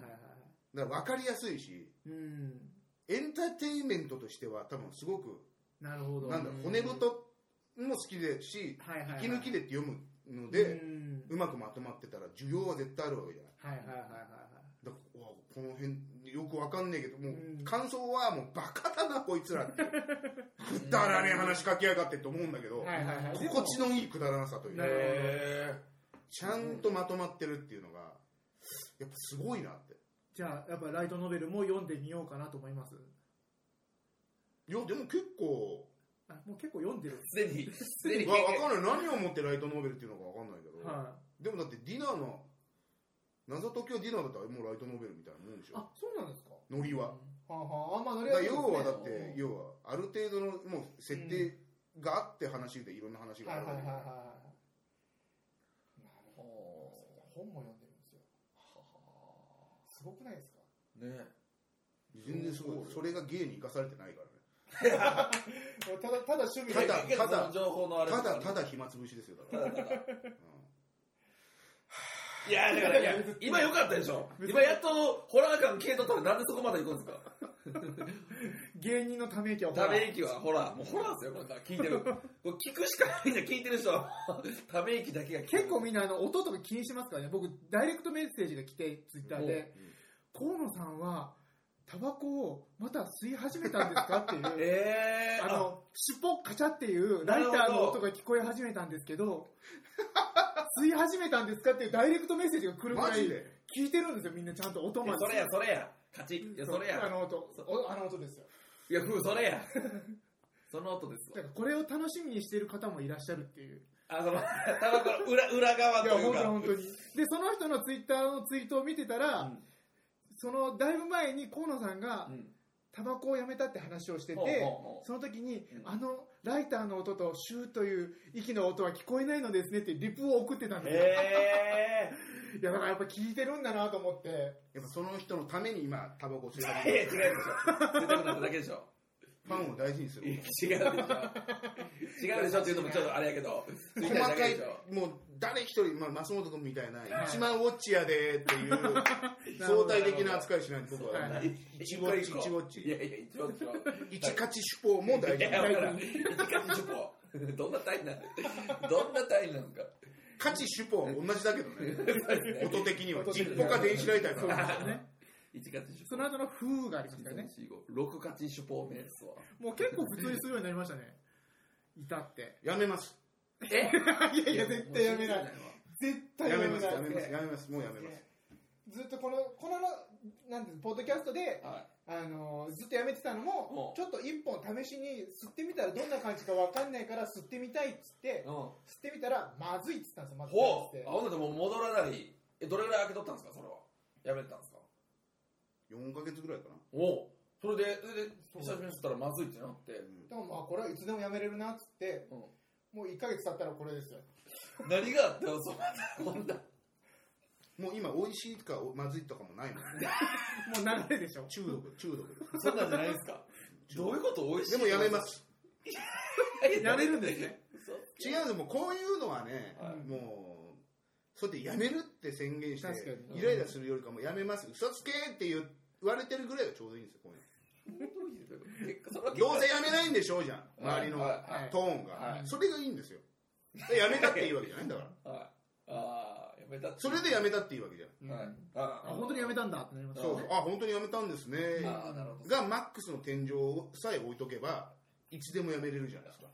S1: だから分かりやすいし
S4: い。うん。
S1: エンターテインメントとしては多分すごく
S4: なるほど。
S1: なんだろう骨太も好きでし
S4: はいはいはい。
S1: 息抜きでって読むの
S4: う
S1: で
S4: ん
S1: うまくまとまってたら需要は絶対あるわけじゃない
S4: はいはいはいはい
S1: だからうわこの辺よく分かんねえけども
S4: うん
S1: う感想はもうバカだなこいつらって くだらねえ話書きやがってって思うんだけど
S4: はい。はいはいはい。
S1: 心地のいいくだらなさというか
S4: なるほど
S3: へ
S1: ちゃんとまとまってるっていうのがやっぱすごいなって
S4: じゃあ、やっぱライトノベルも読んでみようかなと思います。
S1: いやでも結 構
S4: あ、もう結構読んでる。
S3: すでにすでに
S1: わ分かんない何をもってライトノベルっていうのか分かんないけど、
S4: は
S1: でもだってディナーの謎解きはディナーだったらもうライトノベルみたいなもんでし
S2: あ
S1: ょ
S2: そうなんですか
S1: ノリは
S2: はあはああんま乗
S1: だ
S2: り
S1: から
S2: い
S1: 要
S2: です
S1: は
S2: ね
S1: だって要はある程度のもう設定があって話でいろんな話が
S2: は
S1: あ
S2: い
S1: る
S2: はい
S1: わ
S2: はい
S1: け
S2: はい
S1: で
S2: はいなるほど本も読んでるんですよすごくないですか
S3: ね
S1: 全然すごいそれが芸に生かされてないからね
S2: ただただ趣味
S1: ただ
S3: 結構その情報のあれ
S1: ただ
S3: た
S1: ただ暇つぶしですよだか
S3: だ
S1: ら、
S3: ただ
S1: うん
S3: いや、だから、いや、今良かったでしょ。今やっと、ホラー感消えとったら、なんでそこまで行くんですか
S4: 芸人のため息はほら
S3: ため息はホラー。もうホラーですよ、これ。聞いて る。これ聞くしかないんだ、聞いてる人は。ため息だけが聞こえる
S4: 結構、みんなあの音とか気にしますからね。僕、ダイレクトメッセージが来て、ツイッターで、河野さんは、タバコをまた吸い始めたんですかって いう、
S3: えー、
S4: あの、シュポッカチャっていうライターの音が聞こえ始めたんですけど、吸い始めたんですかっていうダイレクトメッセージが来るぐ
S1: マ
S4: らい
S1: ジ、で
S4: 聞いてるんですよ、みんなちゃんと音
S3: いや
S4: まで。
S3: それや、それや。勝ち。いや、それ
S4: あ
S3: や。
S4: の音。
S2: おあの音ですよ
S3: いや、ふう、それや。その音です
S4: だ
S3: わ。
S4: からこれを楽しみにしている方もいらっしゃるっていう。
S3: あ、その、タバコの裏、裏側
S4: い
S3: と
S4: や、
S3: いう
S4: 本当に
S3: か。
S4: 本当に。で、その人のツイッターのツイートを見てたら、
S3: うん
S4: その、だいぶ前に河野さんが、
S3: うん
S4: タバコをやめたって話をして
S3: ほう
S4: て、
S3: ほうほう
S4: その時に、
S3: うん
S4: あのライターの音とシューという息の音は聞こえないのですねってリプを送ってたんですよ。
S3: え
S4: いや、だからやっぱ聞いてるんだなと思って。
S1: やっぱその人のために今、タバコを吸い
S3: ー、
S1: 始
S3: え
S1: めた
S3: ー、違うでしょ。出たくなっただけでしょ。
S1: ファンを大事にす
S3: 違う
S1: る
S3: で。しょ。違うでしょっていうのもちょっとあれやけど、
S1: 細
S3: 言いた
S1: か
S3: だけ
S1: い
S3: でしょ、
S1: もう誰一人、まあ、松本君みたいな、一万ウォッチやでっていう、相対的な扱いしないと僕は
S4: は、
S1: 一ウォッチ、一ウォッ
S3: いや
S1: チ、
S3: いや、一応一応。
S1: 一勝ち手法も大
S3: い
S1: 事
S3: や、
S1: な
S3: だか
S1: の。
S3: ら、一勝ち手法。どんな単位なのどんな単位なのか。
S1: 勝ち手法は同じだけどね、音的には。
S4: 音的
S1: 実
S4: には
S1: 歩か電子ライター
S4: そう
S1: か
S4: で
S1: ら。
S4: すよね。
S3: 一勝ち手法。
S4: その後の風がありましたよね。
S3: 6勝ち手法目ですわ。
S4: もう結構普通にするようになりましたね。いたって。
S1: やめます。
S3: え
S4: いやいや、絶対やめない。。絶対
S1: や
S4: やめ
S1: めます、。
S4: ない
S1: やめます、やめます、もうやめます。
S4: ずっとこの、この、なんていうのポッドキャストで、
S3: は
S4: あのーずっとやめてたの
S3: う
S4: も
S3: ん、
S4: ちょっと一本試しに吸ってみたらどんな感じかわかんないから吸ってみたいっつって
S3: い。、ほ
S4: 吸ってみたらまずいっつったんですよ、まずいっつ
S3: う
S4: って
S3: あ、。ほんでもう戻らない。え、どれぐらい開けとったんですかそれは。やめてたんですか
S1: 4ヶ月ぐらいかな。
S3: おおそれで、それで、久しぶりに吸ったらまずいってなって。
S4: でもまあこれはいつでもやめれるなっつって、
S3: うん
S4: もう1ヶ月経ったらこれですよ。
S3: 何があったよ、そんな。こんな。
S1: もう今、美味しいかまずいとかもないもんね。
S4: もう流れでしょ。
S1: 中毒、中毒で
S3: そんなんじゃないですか。どういうこと美味し
S1: す。
S3: い。
S1: でもやめます す。
S4: やめるんですね。
S1: 違うのもうこういうのはね、
S3: はい
S1: もうそうやってやめるって宣言して
S4: 確かに
S1: イライラするよりかもやめます嘘つけって言われてるぐらいがちょうどいいんですよこういう
S3: 結果その結
S1: の
S3: 果
S1: どうせやめないんでしょうじゃん周りの
S3: はいはいはい
S1: トーンが、
S3: はい
S1: それがいいんですよやめたっていいわけじゃないんだから
S3: はい。ああ、やめたって
S1: それでやめたっていいわけじゃん
S3: はい。
S4: あ
S3: あ
S4: 本当にやめたんだってなりました
S1: そう
S4: ね。
S1: そうあ本当にやめたんですね
S3: たああ、なるほど。
S1: がマックスの天井さえ置いとけばいつでもやめれるじゃないですか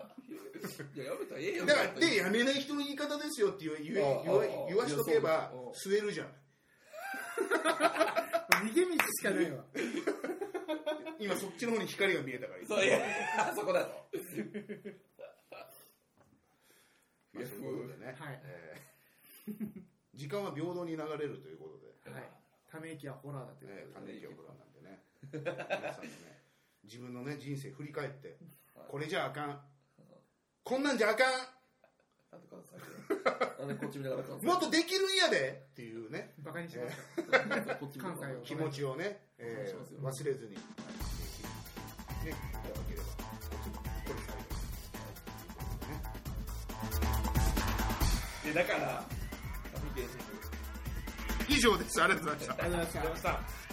S3: いや、やめたらええよ。
S1: だからでやめない人の言い方ですよって言え言え言わ言わしとけば吸えるじゃん
S4: 逃げ道しかないわ。
S1: 今そっちの方に光が見えたから
S3: そういや、あそこだと。
S1: まあそういうことでね、
S4: はい
S1: えー時間は平等に流れるということで、
S4: はい。ため息はホラーだという
S1: えー、
S4: こ
S1: た
S4: とで。
S1: め息をらなんでね、皆さんもね、自分のね、人生振り返って、これじゃあかん、こんなんじゃあか
S3: なんで関西なんでこっち見ながら関
S1: ん、
S3: 西
S1: もっとできるんやでっていうね、
S4: バカにしました。
S3: こっち見ながら
S4: 関
S1: 気持ちをね、え
S3: お願いし
S1: ー
S3: ます
S1: 忘れずに、ね、いただければ、これ最後です。
S3: で、だから、見て、
S1: 以上です、ありがとうございました。
S4: ありがとうございました。
S3: さん。